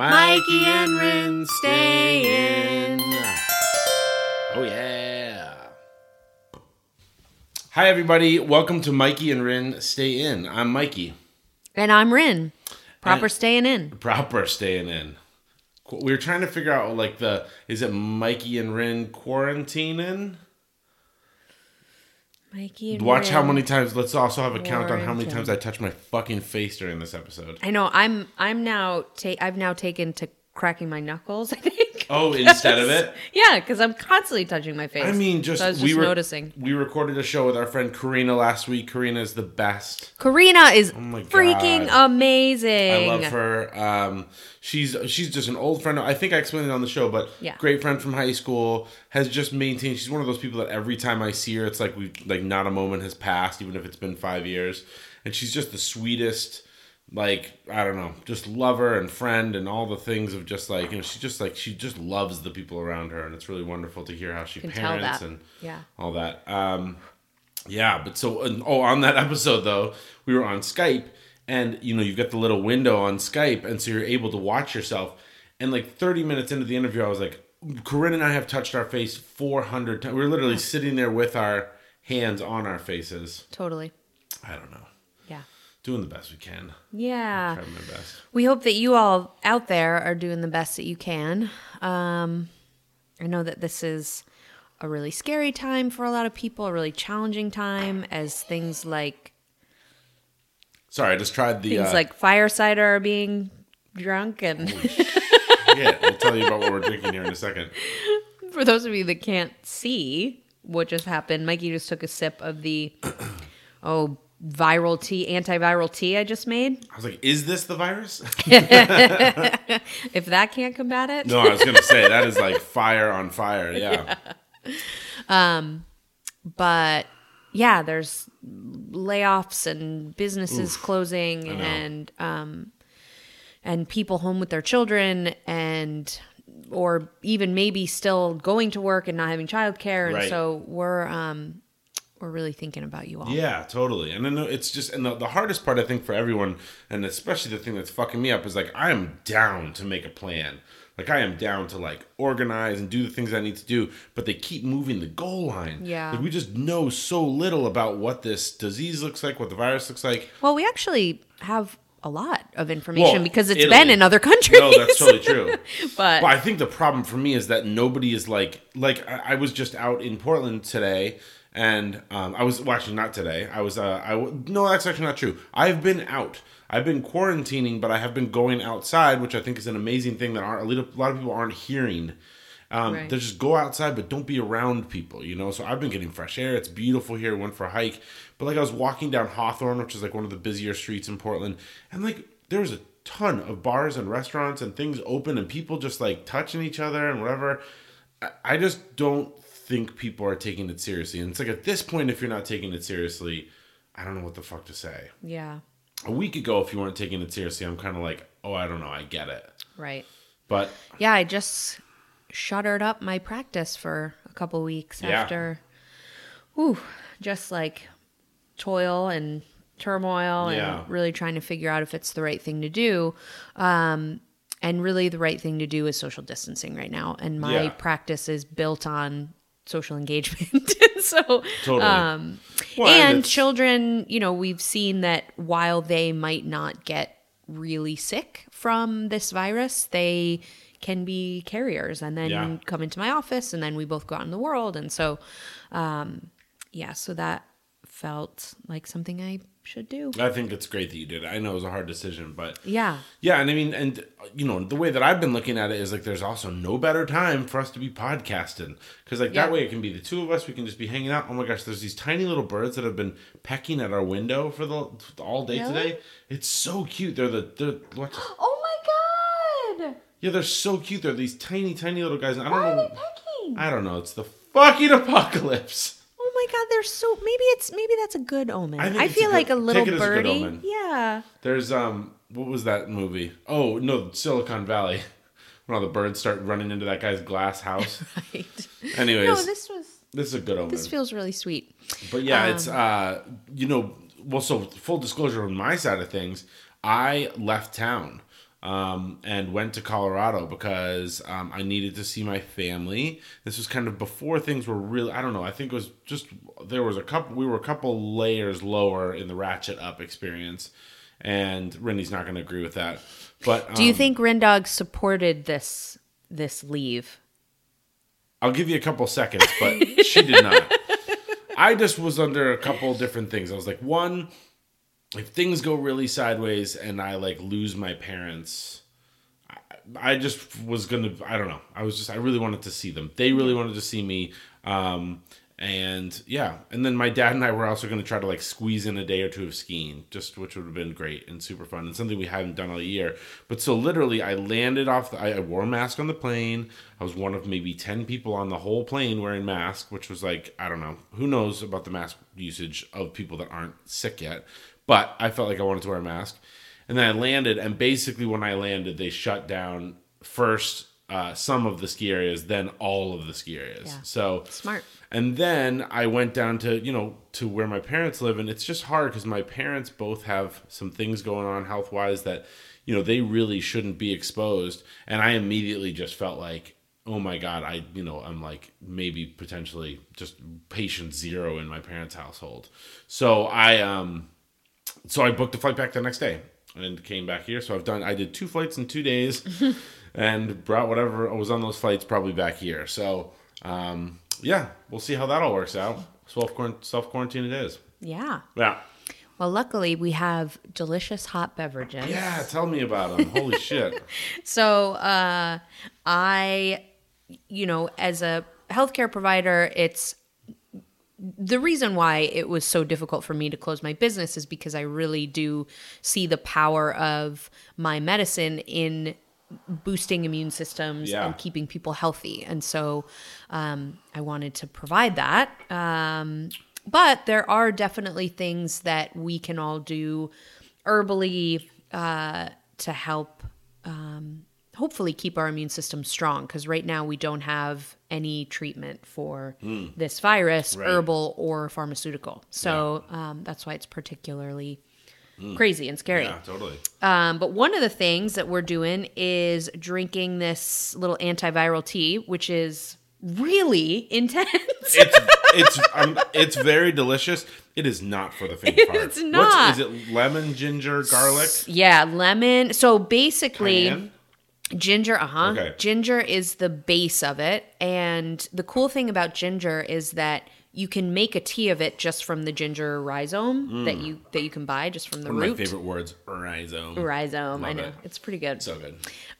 Mikey and Rin stay in. Oh, yeah. Hi, everybody. Welcome to Mikey and Rin Stay In. I'm Mikey. And I'm Rin. Proper And- staying in. Proper staying in. Qu- We were trying to figure out, like, the is it Mikey and Rin quarantining? Mikey and Watch how Rin. many times. Let's also have a count on how many Quarantine. times I touch my fucking face during this episode. I know. I'm. I'm now. Ta- I've now taken to cracking my knuckles. I think. Oh, instead of it? Yeah, because I'm constantly touching my face. I mean, just, so I was just we were noticing. We recorded a show with our friend Karina last week. Karina is the best. Karina is Oh my freaking I amazing. love her. Um, she's she's just an old friend. I think I explained it on the show, but Yeah. great friend from high school has just maintained. She's one of those people that every time I see her, it's like we like not a moment has passed, even if it's been five years. And she's just the sweetest. Like I don't know, just lover and friend and all the things of just like you know she just like she just loves the people around her and it's really wonderful to hear how she Can tell parents that. and Yeah. all that. Um, yeah, but so and- oh, on that episode though, we were on Skype, and you know you've got the little window on Skype, and so you're able to watch yourself. And like 30 minutes into the interview, I was like, Corinne and I have touched our face 400 times. We are literally sitting there with our hands on our faces. Totally. I don't know, Yeah. doing the best we can. Yeah. Trying my best. We hope that you all out there are doing the best that you can. Um, I know that this is a really scary time for a lot of people, a really challenging time as things like Sorry, I just tried the. things uh, like firesider are being drunk and yeah, we'll tell you about what we're drinking here in a second. for those of you that can't see what just happened, Mikey just took a sip of the oh viral tea, antiviral tea I just made. I was like, is this the virus? If that can't combat it, no, I was gonna say that is like fire on fire. yeah. but yeah, there's layoffs and businesses closing know. and um and people home with their children and or even maybe still going to work and not having childcare and Right. so we're um we're really thinking about you all. Yeah, totally. And I know it's just, and the, the hardest part I think for everyone, and especially the thing that's fucking me up is like, I am down to make a plan. Like, I am down to like organize and do the things I need to do, but they keep moving the goal line. Yeah. Like, we just know so little about what this disease looks like, what the virus looks like. Well, we actually have a lot of information Well, because it's Italy. been in other countries. No, that's totally true. but Well, I think the problem for me is that nobody is like like I, I was just out in Portland today, and um, I was well, actually not today. I was uh, I w- no, that's actually not true. I've been out. I've been quarantining, but I have been going outside, which I think is an amazing thing that aren't, a little- a lot of people aren't hearing. Um, Right. They just go outside, but don't be around people, you know. So I've been getting fresh air. It's beautiful here. Went for a hike, but like I was walking down Hawthorne, which is like one of the busier streets in Portland, and like there was a ton of bars and restaurants and things open, and people just like touching each other and whatever. I, I just don't think people are taking it seriously, and it's like at this point, if you're not taking it seriously, I don't know what the fuck to say. yeah, A week ago, if you weren't taking it seriously, I'm kind of like, oh, I don't know, I get it, right. but Yeah, I just shuttered up my practice for a couple weeks Yeah. after, whew, just like toil and turmoil Yeah. and really trying to figure out if it's the right thing to do. Um, and really, the right thing to do is social distancing right now. And my Yeah. practice is built on social engagement. so, totally. Well, Um, and it's- children, you know, we've seen that while they might not get really sick from this virus, they can be carriers and then Yeah. come into my office and then we both go out in the world. And so, um, yeah, so that felt like something I should do. I think it's great that you did. it. I know it was a hard decision, but Yeah. yeah, and I mean, and uh, you know, the way that I've been looking at it is like there's also no better time for us to be podcasting because like that Yeah. way it can be the two of us. We can just be hanging out. Oh my gosh, there's these tiny little birds that have been pecking at our window for the all day Really? today. It's so cute. They're the they're what? Oh my God. Yeah, they're so cute. They're these tiny tiny little guys. And I don't know. pecking? I don't know. It's the fucking apocalypse. Oh my God, they're so. Maybe it's maybe that's a good omen. I I, think it's a feel good- like a take little it as a good birdie. omen. Yeah. There's um, what was that movie? Oh no, Silicon Valley, when all the birds start running into that guy's glass house. Right. Anyways, No, this, this was is a good omen. this feels really sweet. but yeah, it's Um, uh, you know, well, so full disclosure on my side of things, I left town. um, and went to Colorado because um, I needed to see my family. This was kind of before things were really, I don't know, I think it was just, there was a couple, we were a couple layers lower in the ratchet up experience. And Rennie's not going to agree with that. But Do you um, think Rendog supported this this leave? I'll give you a couple seconds, but she did not. I just was under a couple different things. I was like, one, if things go really sideways and I like lose my parents, I, I just was gonna. I don't know. I was just. I really wanted to see them. They really wanted to see me. Um, and yeah, and then my dad and I were also gonna try to like squeeze in a day or two of skiing, just which would have been great and super fun and something we hadn't done all year. But so literally, I landed off. The, I, I wore a mask on the plane. I was one of maybe ten people on the whole plane wearing mask, which was like I don't know. Who knows about the mask usage of people that aren't sick yet? but I felt like I wanted to wear a mask. And then I landed, and basically when I landed, they shut down first uh, some of the ski areas, then all of the ski areas. Yeah. So Smart. And then I went down to you know to where my parents live, and it's just hard because my parents both have some things going on health wise that you know they really shouldn't be exposed. And I immediately just felt like. Oh my God! I you know I'm like maybe potentially just patient zero in my parents' household, so I um so I booked a flight back the next day and came back here. So I've done I did two flights in two days and brought whatever was on those flights probably back here. So um, yeah, we'll see how that all works out. Self self quarantine it is. Yeah. Yeah. Well, luckily we have delicious hot beverages. Yeah, tell me about them. Holy shit. So uh, I, you know, as a healthcare provider, it's the reason why it was so difficult for me to close my business is because I really do see the power of my medicine in boosting immune systems Yeah. and keeping people healthy. And so um, I wanted to provide that. Um, but there are definitely things that we can all do herbally uh, to help um, hopefully keep our immune system strong because right now we don't have any treatment for this virus, Hmm. Right. herbal or pharmaceutical. So um, that's why it's particularly crazy and scary. Hmm. Yeah, totally. Um, but one of the things that we're doing is drinking this little antiviral tea, which is really intense. It's it's um, it's very delicious. It is not for the faint of heart. It's not. What's, is it lemon, ginger, garlic? yeah, lemon. So basically. cayenne? Ginger, uh huh. Okay. Ginger is the base of it. And the cool thing about ginger is that you can make a tea of it just from the ginger rhizome that you that you can buy just from the Mm. One of root. my favorite words, rhizome. Rhizome, I Love know. it. It's pretty good. So good.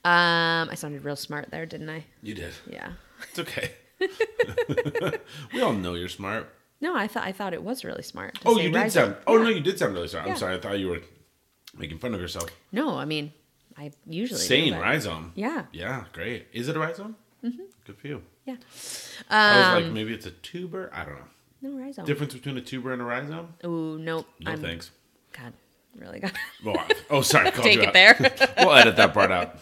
um I sounded real smart there, didn't I? You did. Yeah. It's okay. we all know you're smart. No, I thought I thought it was really smart. to Oh, say you did rhizome. sound. Oh no, you did sound really sorry. Yeah. I'm sorry. I thought you were making fun of yourself. No, I mean I usually do, Sane but- rhizome. Yeah. Yeah. Great. Is it a rhizome? Mm-hmm. Good for you. Yeah. I Um, was like, maybe it's a tuber. I don't know. No rhizome. Difference between a tuber and a rhizome? Ooh, nope. No thanks. God, really got Oh, I- oh sorry. called take you it out. there. We'll edit that part out.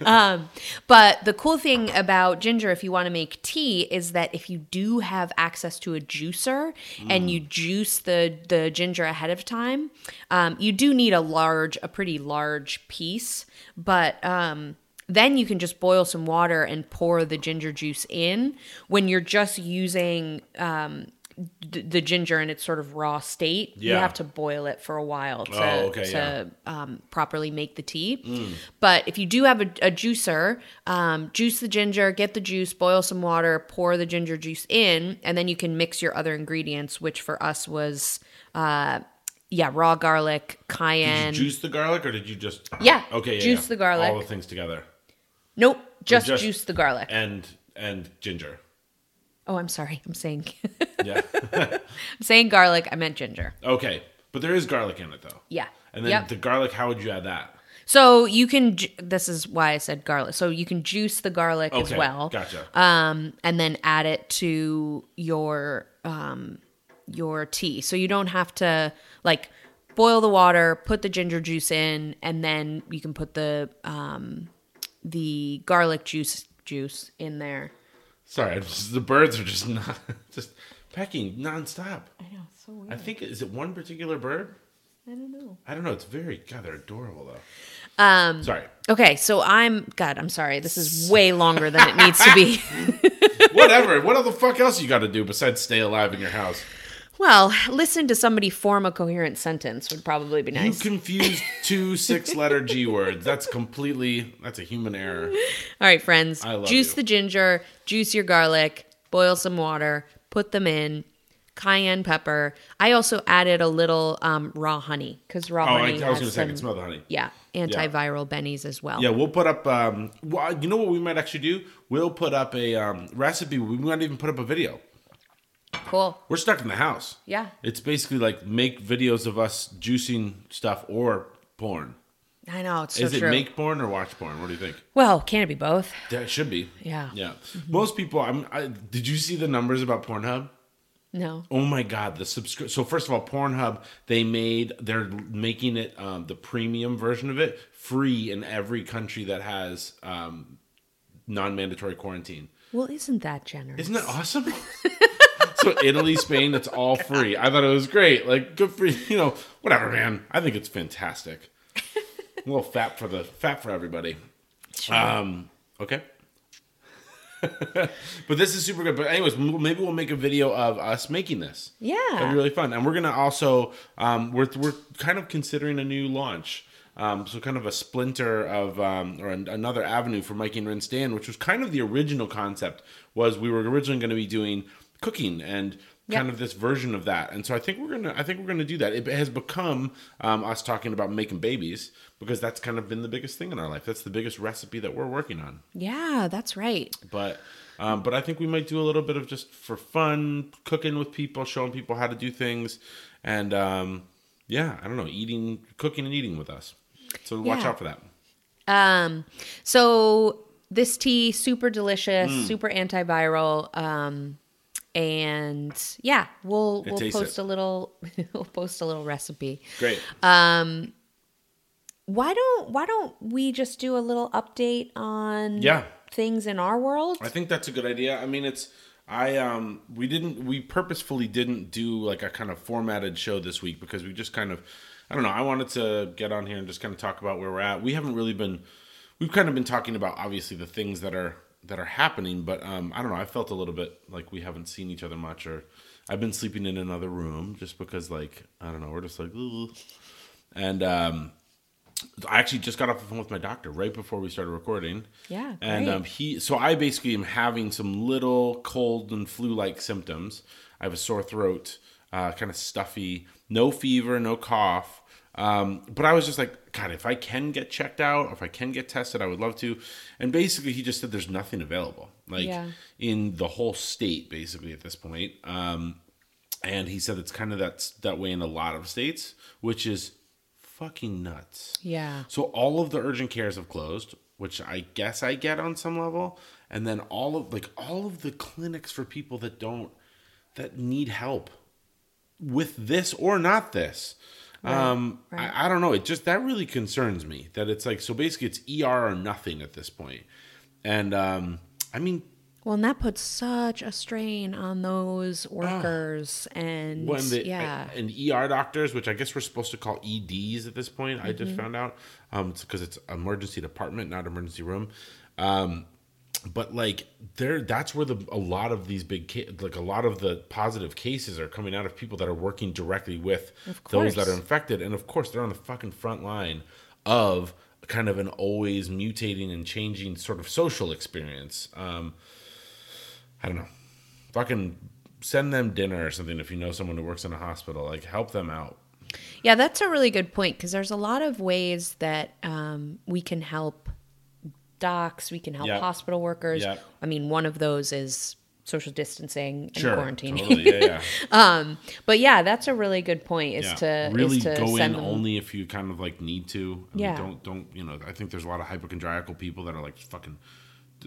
But the cool thing about ginger, if you want to make tea, is that if you do have access to a juicer and you juice the the ginger ahead of time, um, you do need a large, a pretty large piece. But um, then you can just boil some water and pour the ginger juice in. When you're just using um, d- the ginger in its sort of raw state, you Yeah. have to boil it for a while to, Oh, okay, to yeah. um, properly make the tea. But if you do have a, a juicer, um, juice the ginger, get the juice, boil some water, pour the ginger juice in, and then you can mix your other ingredients, which for us was, uh, yeah, raw garlic, Did you cayenne. juice the garlic or did you just? Yeah, Okay. Yeah, juice yeah. the garlic. All the things together. nope, just, just- juice the garlic. And and ginger. oh, I'm sorry, I'm saying, Yeah. I'm saying garlic. I meant ginger. okay. But there is garlic in it though. Yeah. And then Yep. the garlic. How would you add that? So you can. ju- This is why I said garlic. So you can juice the garlic as Okay, well. Gotcha. um, and then add it to your um, your tea. So you don't have to like boil the water, put the ginger juice in, and then you can put the um, the garlic juice juice in there. Sorry, I'm just, the birds are just not just pecking nonstop. I know, it's so weird. I think is it one particular bird? I don't know. I don't know. It's very God. They're adorable though. Um, Sorry. Okay, so I'm God. I'm sorry. This is way longer than it needs to be. Whatever. what the fuck else you got to do besides stay alive in your house? well, listen to somebody form a coherent sentence would probably be You nice. confused two six letter G words. That's completely, that's a human error. All right, friends. I love juice you. the ginger, juice your garlic, boil some water, put them in, cayenne pepper. I also added a little um, raw honey because raw Oh, I, I honey was has going to say, I can some smell the honey. yeah antiviral bennies as well. Yeah, we'll put up. Um, well, you know what we might actually do? We'll put up a um, recipe. We might even put up a video. Cool. We're stuck in the house. Yeah. It's basically like make videos of us juicing stuff or porn. I know it's so Is it true. make porn or watch porn? What do you think? well, can it be both? That should be. Yeah. Mm-hmm. Yeah. Most people. I'm. I, did you see the numbers about Pornhub? No. Oh my God, the subscription. So first of all, Pornhub they made they're making it um, the premium version of it free in every country that has um, non-mandatory quarantine. Well, isn't that generous? Isn't that awesome? so Italy, Spain, it's all free. I thought it was great. Like good for you know whatever, man. I think it's fantastic. A little fat for the fat for everybody. Sure. Um, okay. but this is super good. But anyways, m- maybe we'll make a video of us making this. Yeah. that'd be really fun. And we're gonna also um, we're we're kind of considering a new launch. Um, so kind of a splinter of um, or an, another avenue for Mikey and Ren Stan, which was kind of the original concept. Was we were originally going to be doing cooking and kind Yep. of this version of that. And so I think we're gonna I think we're gonna do that. It has become um, us talking about making babies because that's kind of been the biggest thing in our life. That's the biggest recipe that we're working on yeah, that's right. but um, but I think we might do a little bit of just for fun cooking with people, showing people how to do things, and um, yeah, I don't know, eating, cooking, and eating with us. So watch Yeah. out for that. Um, so this tea, super delicious, Mm. super antiviral. Um, and yeah, we'll we'll tastes post it. a little we'll post a little recipe. Great. Why don't why don't we just do a little update on Yeah. things in our world? I think that's a good idea. I mean, it's I um we didn't we purposefully didn't do like a kind of formatted show this week because we just kind of I don't know. I wanted to get on here and just kind of talk about where we're at. We haven't really been we've kind of been talking about obviously the things that are that are happening, but um I don't know. I felt a little bit like we haven't seen each other much or I've been sleeping in another room just because like I don't know, we're just like Ugh. and um I actually just got off the phone with my doctor right before we started recording. Yeah, And great. um, he, so I basically am having some little cold and flu-like symptoms. I have a sore throat, uh, kind of stuffy, no fever, no cough. Um, but I was just like, God, if I can get checked out, if I can get tested, I would love to. And basically, he just said there's nothing available, like Yeah. in the whole state, basically at this point. Um, and he said it's kind of that's that way in a lot of states, which is fucking nuts. yeah. So all of the urgent cares have closed, which I guess I get on some level, and then all of like all of the clinics for people that don't that need help with this or not this. um I, I don't know, it just that really concerns me that it's like so basically it's ER or nothing at this point. And um I mean Well, and that puts such a strain on those workers and Ah. when the yeah. and ER doctors, which I guess we're supposed to call EDs at this point, I just found out, um, because it's, emergency department, not emergency room, um, but like there, that's where the a lot of these big ca- like a lot of the positive cases are coming out of people that are working directly with those that course. are infected, and of course they're on the fucking front line of kind of an always mutating and changing sort of social experience. Um, I don't know. Fucking send them dinner or something if you know someone who works in a hospital. Like help them out. Yeah, that's a really good point because there's a lot of ways that um, we can help docs, we can help Yep. hospital workers. Yep. I mean, one of those is social distancing and quarantine. Totally. Yeah, yeah. but yeah, that's a really good point. Is yeah. to really is to go in send them. only if you kind of like need to. I Yeah. Mean, don't don't you know? I think there's a lot of hypochondriacal people that are like fucking.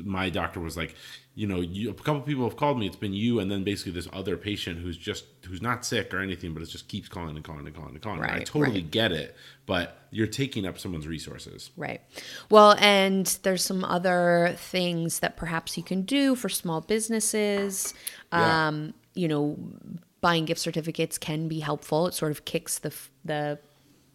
My doctor was like, you know, you, a couple people have called me. It's been you, and then basically this other patient who's just who's not sick or anything, but it just keeps calling and calling and calling and calling. And I Right, totally get it, but you're taking up someone's resources. Right. Well, and there's some other things that perhaps you can do for small businesses. Yeah. Um, you know, buying gift certificates can be helpful. It sort of kicks the f- the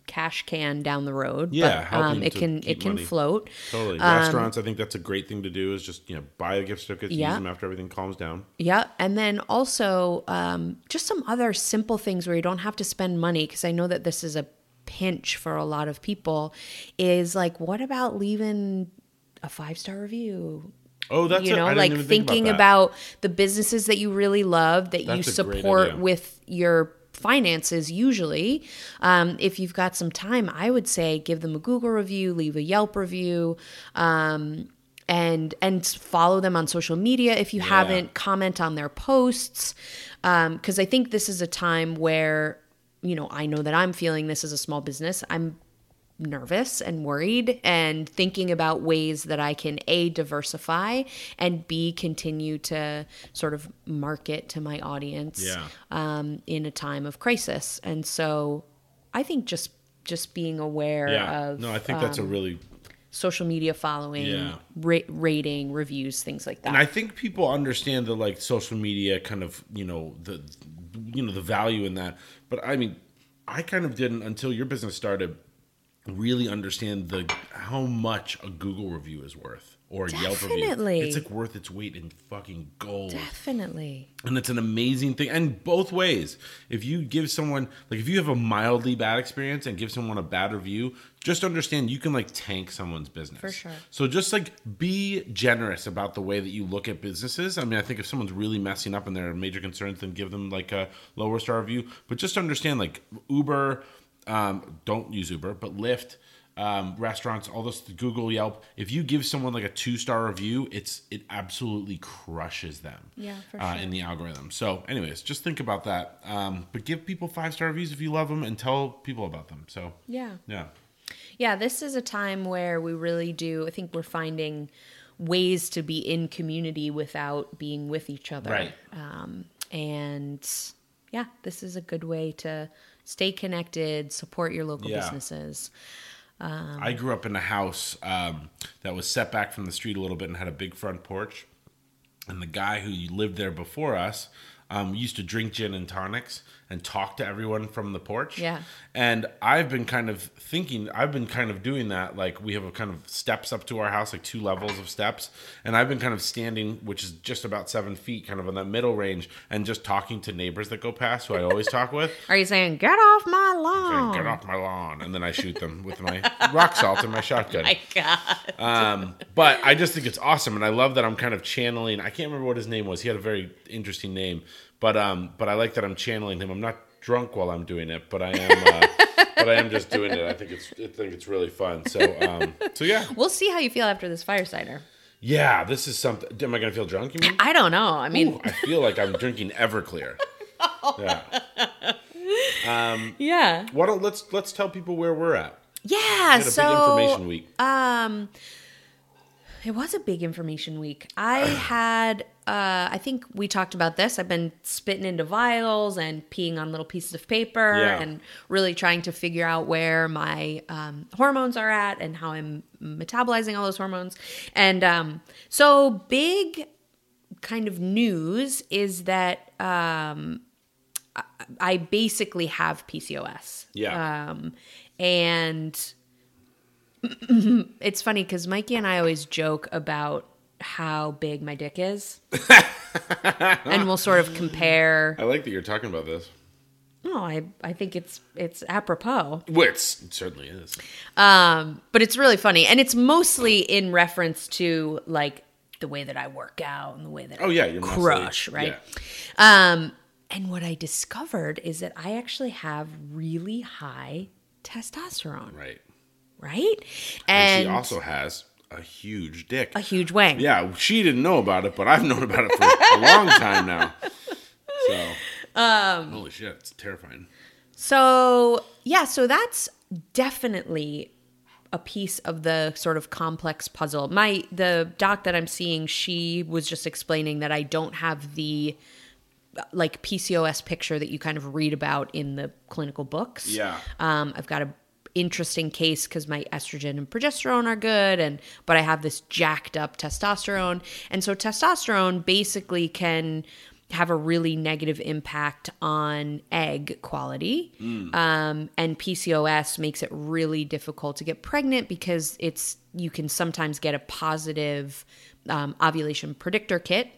cash can down the road. Yeah, but, um, helping it to can keep it can money. float. Totally. um, Restaurants, I think that's a great thing to do is just, you know, buy the gift certificates, Yeah. use them after everything calms down. Yeah, and then also um, just some other simple things where you don't have to spend money because I know that this is a pinch for a lot of people. Is like, what about leaving a five star review? Oh, that's you it. know, I didn't like even think thinking that. about, the businesses that you really love that you That's a great support idea. with your finances usually um, if you've got some time i would say give them a google review leave a yelp review um, and and follow them on social media if you haven't comment on their posts because i think this is a time where you know i know that i'm feeling this as a small business i'm nervous and worried and thinking about ways that I can A, diversify and B, continue to sort of market to my audience Yeah. um, in a time of crisis. And so I think just just being aware Yeah. of um, no, I think that's a really social media following, Yeah. ra- rating, reviews, things like that. And I think people understand the like social media kind of you know the you know the value in that. But I mean, I kind of didn't until your business started really understand the how much a Google review is worth or a Yelp Definitely. review. It's like worth its weight in fucking gold. Definitely. And it's an amazing thing. And both ways. If you give someone, like, if you have a mildly bad experience and give someone a bad review, just understand you can, like, tank someone's business. For sure. So just, like, be generous about the way that you look at businesses. I mean, I think if someone's really messing up and there are major concerns, then give them, like, a lower star review. But just understand, like, Uber, um, don't use Uber, but Lyft, um, restaurants, all this Google Yelp. If you give someone like a two star review, it's it absolutely crushes them Yeah, for uh, sure. in the algorithm. So, anyways, just think about that. Um, but give people five star reviews if you love them, and tell people about them. So, Yeah. yeah, Yeah, this is a time where we really do. I think we're finding ways to be in community without being with each other. Right. Um, and yeah, this is a good way to stay connected, support your local Yeah. businesses. I grew up in a house um, that was set back from the street a little bit and had a big front porch. And the guy who lived there before us um, used to drink gin and tonics and talk to everyone from the porch. Yeah. And I've been kind of thinking, I've been kind of doing that. Like we have a kind of steps up to our house, like two levels of steps. And I've been kind of standing, which is just about seven feet, kind of on that middle range, and just talking to neighbors that go past who I always talk with. Are you saying, get off my Saying, lawn? Get off my lawn. And then I shoot them with my rock salt and my shotgun. Oh My God. Um, but I just think it's awesome, and I love that I'm kind of channeling. I can't remember what his name was. He had a very interesting name, but um, but I like that I'm channeling him. I'm not drunk while I'm doing it, but I am. Uh, but I am just doing it. I think it's I think it's really fun. So um, so yeah, We'll see how you feel after this firesider. yeah. This is something. Am I gonna feel drunk? You mean? I don't know. I mean, Oh. Ooh, I feel like I'm drinking Everclear. Yeah. yeah. Why don't let's let's tell people where we're at. Yeah. We had a so big information week. Um, it was a big information week. I had, uh, I think we talked about this. I've been spitting into vials and peeing on little pieces of paper Yeah. and really trying to figure out where my um, hormones are at and how I'm metabolizing all those hormones. And um, so, big kind of news is that um, I- I basically have PCOS. Yeah. Um, and it's funny because Mikey and I always joke about how big my dick is. and we'll sort of compare. I like that you're talking about this. No, I, I think it's it's apropos. Well, it's, it certainly is. Um, but it's really funny. And it's mostly in reference to like the way that I work out and the way that Oh I yeah, you're mostly- crush, right? yeah. Um, and what I discovered is that I actually have really high testosterone, right? Right. And, she also has a huge dick. a huge wang. yeah, she didn't know about it, but I've known about it for a long time now. So, Um, holy shit, it's terrifying. So, yeah, so that's definitely a piece of the sort of complex puzzle. My the doc that I'm seeing, she was just explaining that I don't have the like PCOS picture that you kind of read about in the clinical books. Yeah. Um, I've got a interesting case because my estrogen and progesterone are good, and but I have this jacked up testosterone, and so testosterone basically can have a really negative impact on egg quality. Um, and PCOS makes it really difficult to get pregnant because it's you can sometimes get a positive um, ovulation predictor kit,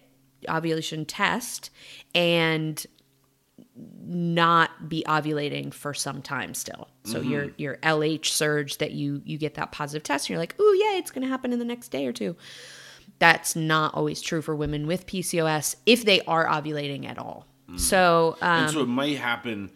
ovulation test, and not be ovulating for some time still. So your your LH surge that you you get that positive test and you're like, "Ooh, yeah, it's going to happen in the next day or two that's not always true for women with PCOS if they are ovulating at all. So, um, and so it might happen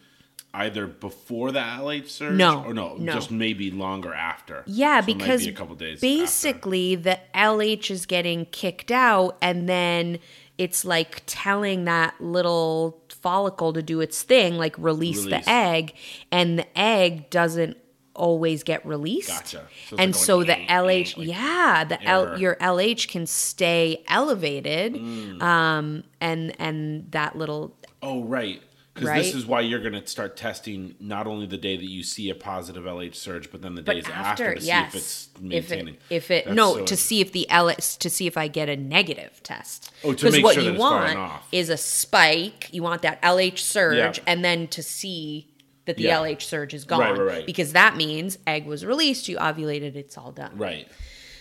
either before the LH surge No, or no, no. just maybe longer after. yeah, So it might because be a couple days. after. basically the LH is getting kicked out, and then it's like telling that little follicle to do its thing, like release, Release. the egg, and the egg doesn't always get released. Gotcha. So it's like going, and so the eh, eh, LH, like yeah, the L, error. your LH can stay elevated, Mm. um, and and that little Oh, right. Because Right? this is why you're going to start testing not only the day that you see a positive LH surge, but then the days after, to see if it's maintaining. If it, if it That's no, so to interesting. see if the LS to see if I get a negative test. Oh, to 'Cause make what sure you that it's want falling off. is a spike. You want that LH surge, Yeah. and then to see that the Yeah. LH surge is gone, Right, right, right. because that means egg was released, you ovulated, it's all done. Right. I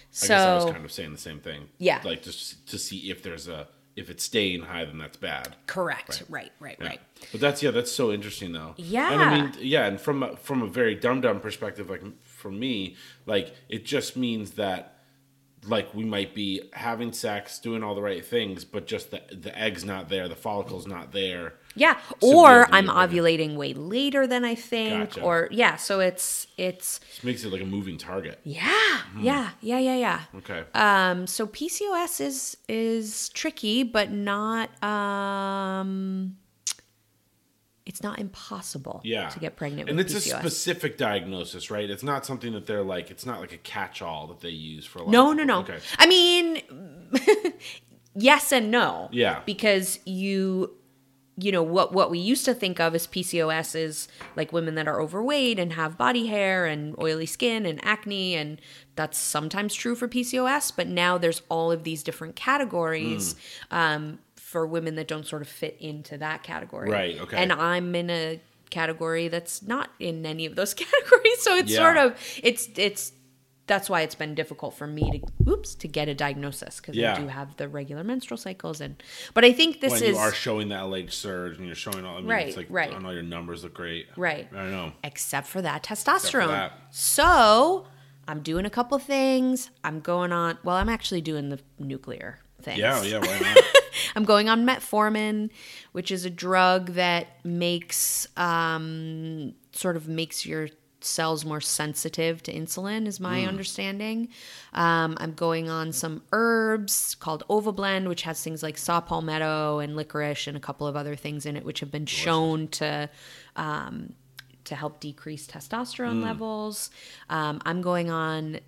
So guess I was kind of saying the same thing. Yeah. Like just to see if there's a if it's staying high, then that's bad. correct, right, right, Yeah. right. But that's yeah, that's so interesting though. And I mean, yeah, and from a, from a very dumb dumb perspective, like for me, like it just means that like we might be having sex, doing all the right things, but just the the egg's not there, the follicle's not there. Yeah, So or weirdly, I'm like- ovulating way later than I think, Gotcha. or yeah. So it's it's Just makes it like a moving target. yeah, Hmm. yeah, yeah, yeah, yeah. Okay. Um, so PCOS is is tricky, but not um, it's not impossible. yeah. to get pregnant And with it's PCOS. a specific diagnosis, right? It's not something that they're like it's not like a catch all that they use for a lot no, of no, people. no. Okay. I mean, yes and no. Yeah. because you you know what what we used to think of as PCOS is like women that are overweight and have body hair and oily skin and acne and that's sometimes true for PCOS but now there's all of these different categories Hmm. um, for women that don't sort of fit into that category Right, okay. and I'm in a category that's not in any of those categories so it's Yeah. sort of it's it's that's why it's been difficult for me to oops to get a diagnosis because Yeah. I do have the regular menstrual cycles and but I think this When is you are showing the LH surge and you're showing all I mean Right, it's like right. and all your numbers look great. Right. I know. except for that testosterone. that. So I'm doing a couple things. I'm going on. Well, I'm actually doing the nuclear things. Yeah, yeah, why not? I'm going on metformin, which is a drug that makes um, sort of makes your cells more sensitive to insulin, is Mm. my understanding. Um, I'm going on some herbs called Ovablend, which has things like saw palmetto and licorice and a couple of other things in it, which have been shown to um, to help decrease Mm. testosterone levels. Um, I'm going on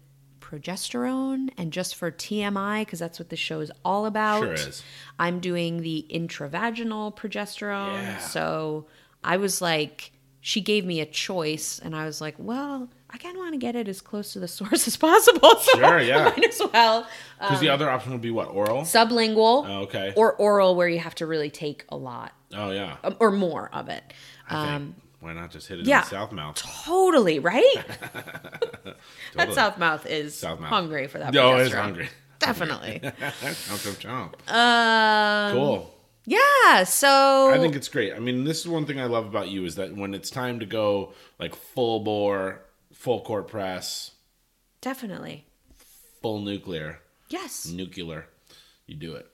progesterone and just for TMI because that's what the show is all about. Sure is. I'm doing the intravaginal progesterone. Yeah. So I was like, she gave me a choice, and I was like, well, I kind of want to get it as close to the source as possible. So Sure, I yeah. might as well. Uh, Because the other option would be what oral. sublingual Oh, okay. or oral, where you have to really take a lot oh yeah. um, or more of it. I think. Why not just hit it yeah. in the south mouth? Totally, right? That Totally. South Mouth is South Mouth. hungry for that. No, it's progesterone. hungry. Definitely. Chomp, chomp, chomp. um, oh. cool. Yeah. So I think it's great. I mean, this is one thing I love about you is that when it's time to go like full bore, full court press, definitely. full nuclear, Yes. nuclear, you do it.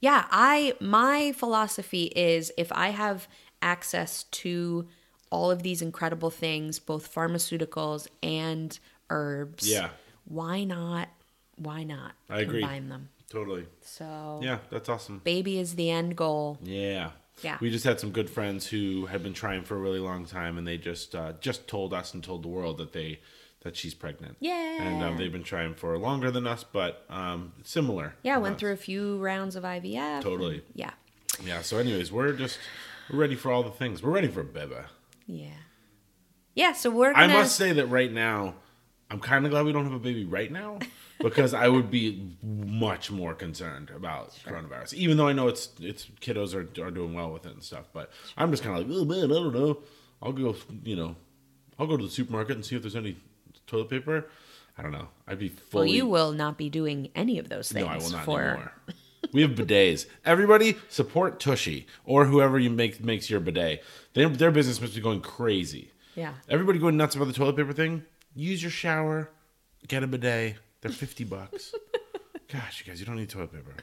Yeah. I my philosophy is if I have access to all of these incredible things, both pharmaceuticals and herbs. Yeah. Why not? Why not? I agree. Combine them. Totally. So Yeah, that's awesome. baby is the end goal. Yeah. Yeah. We just had some good friends who had been trying for a really long time, and they just uh, just told us and told the world that they that she's pregnant. Yeah. And um, they've been trying for longer than us, but um, similar. Yeah. to Went us. through a few rounds of IVF. Totally. Yeah. Yeah. So, anyways, we're just we're ready for all the things. We're ready for Beba. Yeah. Yeah, so we're I gonna must say that right now, I'm kind of glad we don't have a baby right now because I would be much more concerned about coronavirus. Even though I know it's it's kiddos are, are doing well with it and stuff, but I'm just kind of like, oh man, I don't know. I'll go, you know, I'll go to the supermarket and see if there's any toilet paper. I don't know. I'd be Well, fully. you will not be doing any of those things No, I will not for anymore. We have bidets. Everybody support Tushy or whoever you make makes your bidet. Their their business must be going crazy. Yeah. Everybody going nuts about the toilet paper thing. Use your shower. Get a bidet. They're fifty bucks. Gosh, you guys, you don't need toilet paper.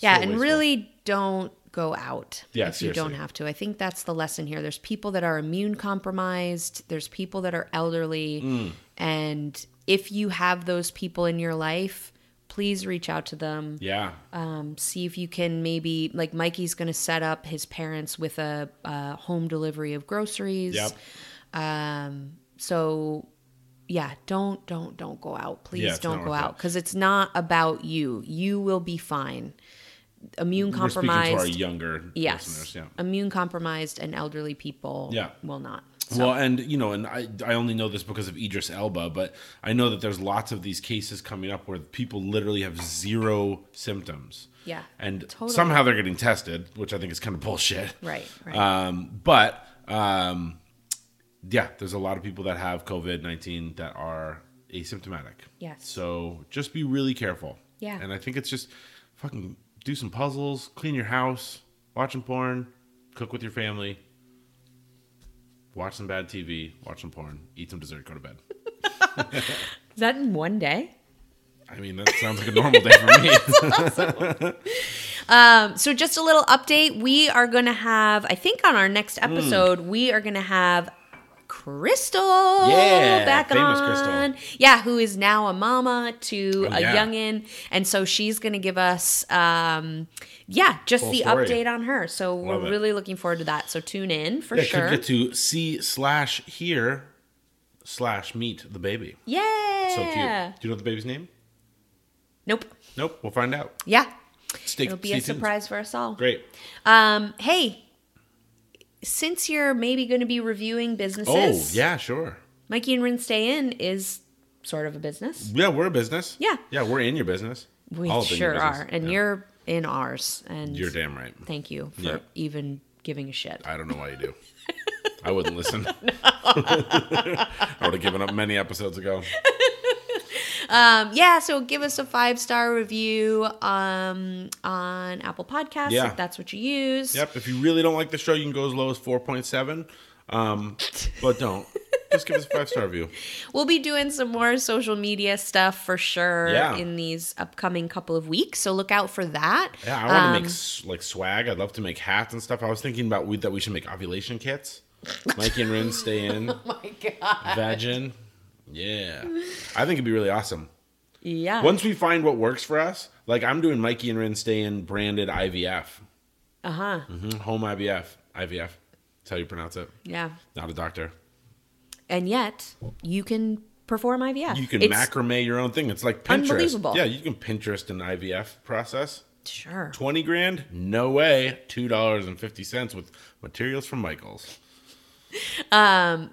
yeah, so and wasteful. really don't go out Yeah, if you don't seriously. have to. I think that's the lesson here. There's people that are immune compromised, there's people that are elderly, Mm. and if you have those people in your life, please reach out to them. Yeah, Um, see if you can maybe like Mikey's going to set up his parents with a uh, home delivery of groceries. Yep. Um, so yeah, don't don't don't go out. Please Yeah, it's don't not go worth out it. because it's not about you. You will be fine. Immune we're speaking to our compromised. younger Yes. listeners. Yeah. Immune compromised and elderly people Yeah. will not. Well, and you know, and I, I only know this because of Idris Elba, but I know that there's lots of these cases coming up where people literally have zero symptoms. Yeah, and totally. somehow they're getting tested, which I think is kind of bullshit. Right, right. Um, but um, yeah, there's a lot of people that have COVID nineteen that are asymptomatic. Yes. So just be really careful. Yeah. And I think it's just fucking do some puzzles, clean your house, watch some porn, cook with your family, watch some bad TV, watch some porn, eat some dessert, go to bed. Is that in one day? I mean, that sounds like a normal day for me. so just a little update we are going to have i think on our next Hmm. episode we are going to have crystal Yeah, back famous on yeah who is now a mama to Oh, a yeah. youngin and so she's going to give us um yeah just Full the story. update on her so Love we're it. really looking forward to that so tune in for Yeah, sure could get to see slash here slash meet the baby. yeah So cute. Do you know the baby's name? nope Nope. We'll find out. yeah Stay, it'll be stay a tuned. surprise for us all Great. um hey since you're maybe going to be reviewing businesses Oh, yeah, sure. Mikey and Rin Stay In is sort of a business. Yeah, we're a business. Yeah. Yeah, we're in your business. We All up in your sure business. are. And Yeah. you're in ours. And You're damn right. thank you for Yeah. even giving a shit. I don't know why you do. I wouldn't listen. I would have given up many episodes ago. Um, yeah, so give us a five star review um, on Apple Podcasts Yeah. if that's what you use. Yep. If you really don't like the show, you can go as low as 4.7. Um, but don't. Just give us a five star review. We'll be doing some more social media stuff for sure Yeah. in these upcoming couple of weeks. So look out for that. Yeah, I want to Um, make s- like swag. I'd love to make hats and stuff. I was thinking about we, that we should make ovulation kits. Mikey and Rin stay in. Oh my God. Vagin. Yeah. I think it'd be really awesome. Yeah. Once we find what works for us, like I'm doing Mikey and Rin stay in branded IVF, Uh huh. Mhm, home IVF, IVF. That's how you pronounce it. Yeah. Not a doctor. And yet, you can perform IVF. You can It's- macrame your own thing. It's like Pinterest. Unbelievable. Yeah, you can Pinterest an IVF process. Sure. Twenty grand? No way. Two dollars and fifty cents with materials from Michaels.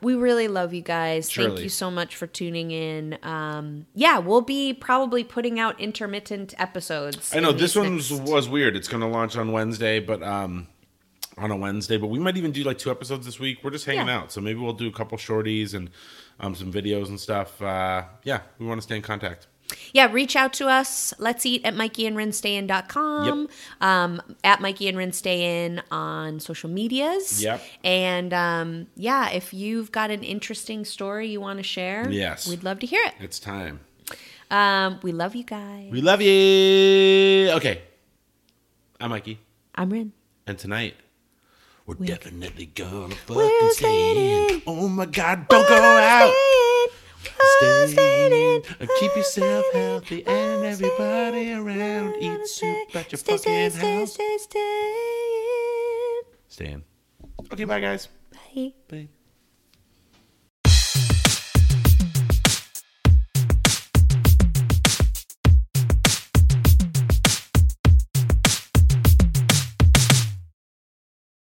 we really love you guys. Thank Surely. you so much for tuning in. Um, yeah, we'll be probably putting out intermittent episodes. I know in this these one next- was weird. It's going to launch on Wednesday, but um, on a Wednesday, but we might even do like two episodes this week. We're just hanging Yeah. out, so maybe we'll do a couple shorties and um, some videos and stuff. Uh, yeah, we want to stay in contact. Yeah, reach out to us. Let's eat at mikeyandrinstayin.com. Um, at Mikey and Rin Stay In on social medias. Yep. And um, yeah, if you've got an interesting story you want to share, Yes. we'd love to hear it. It's time. Um, we love you guys. We love you. Okay, I'm Mikey, I'm Rin. and tonight we're, definitely gonna We're fucking stay staying in. Oh my God, don't go out. We're staying. Stay in. Uh, Keep We're yourself staying. healthy We're and everybody staying. around. We're Eat soup at your stay, fucking stay, stay, house. Stay, stay, Stay in. Okay, bye guys. stay. Bye. Bye.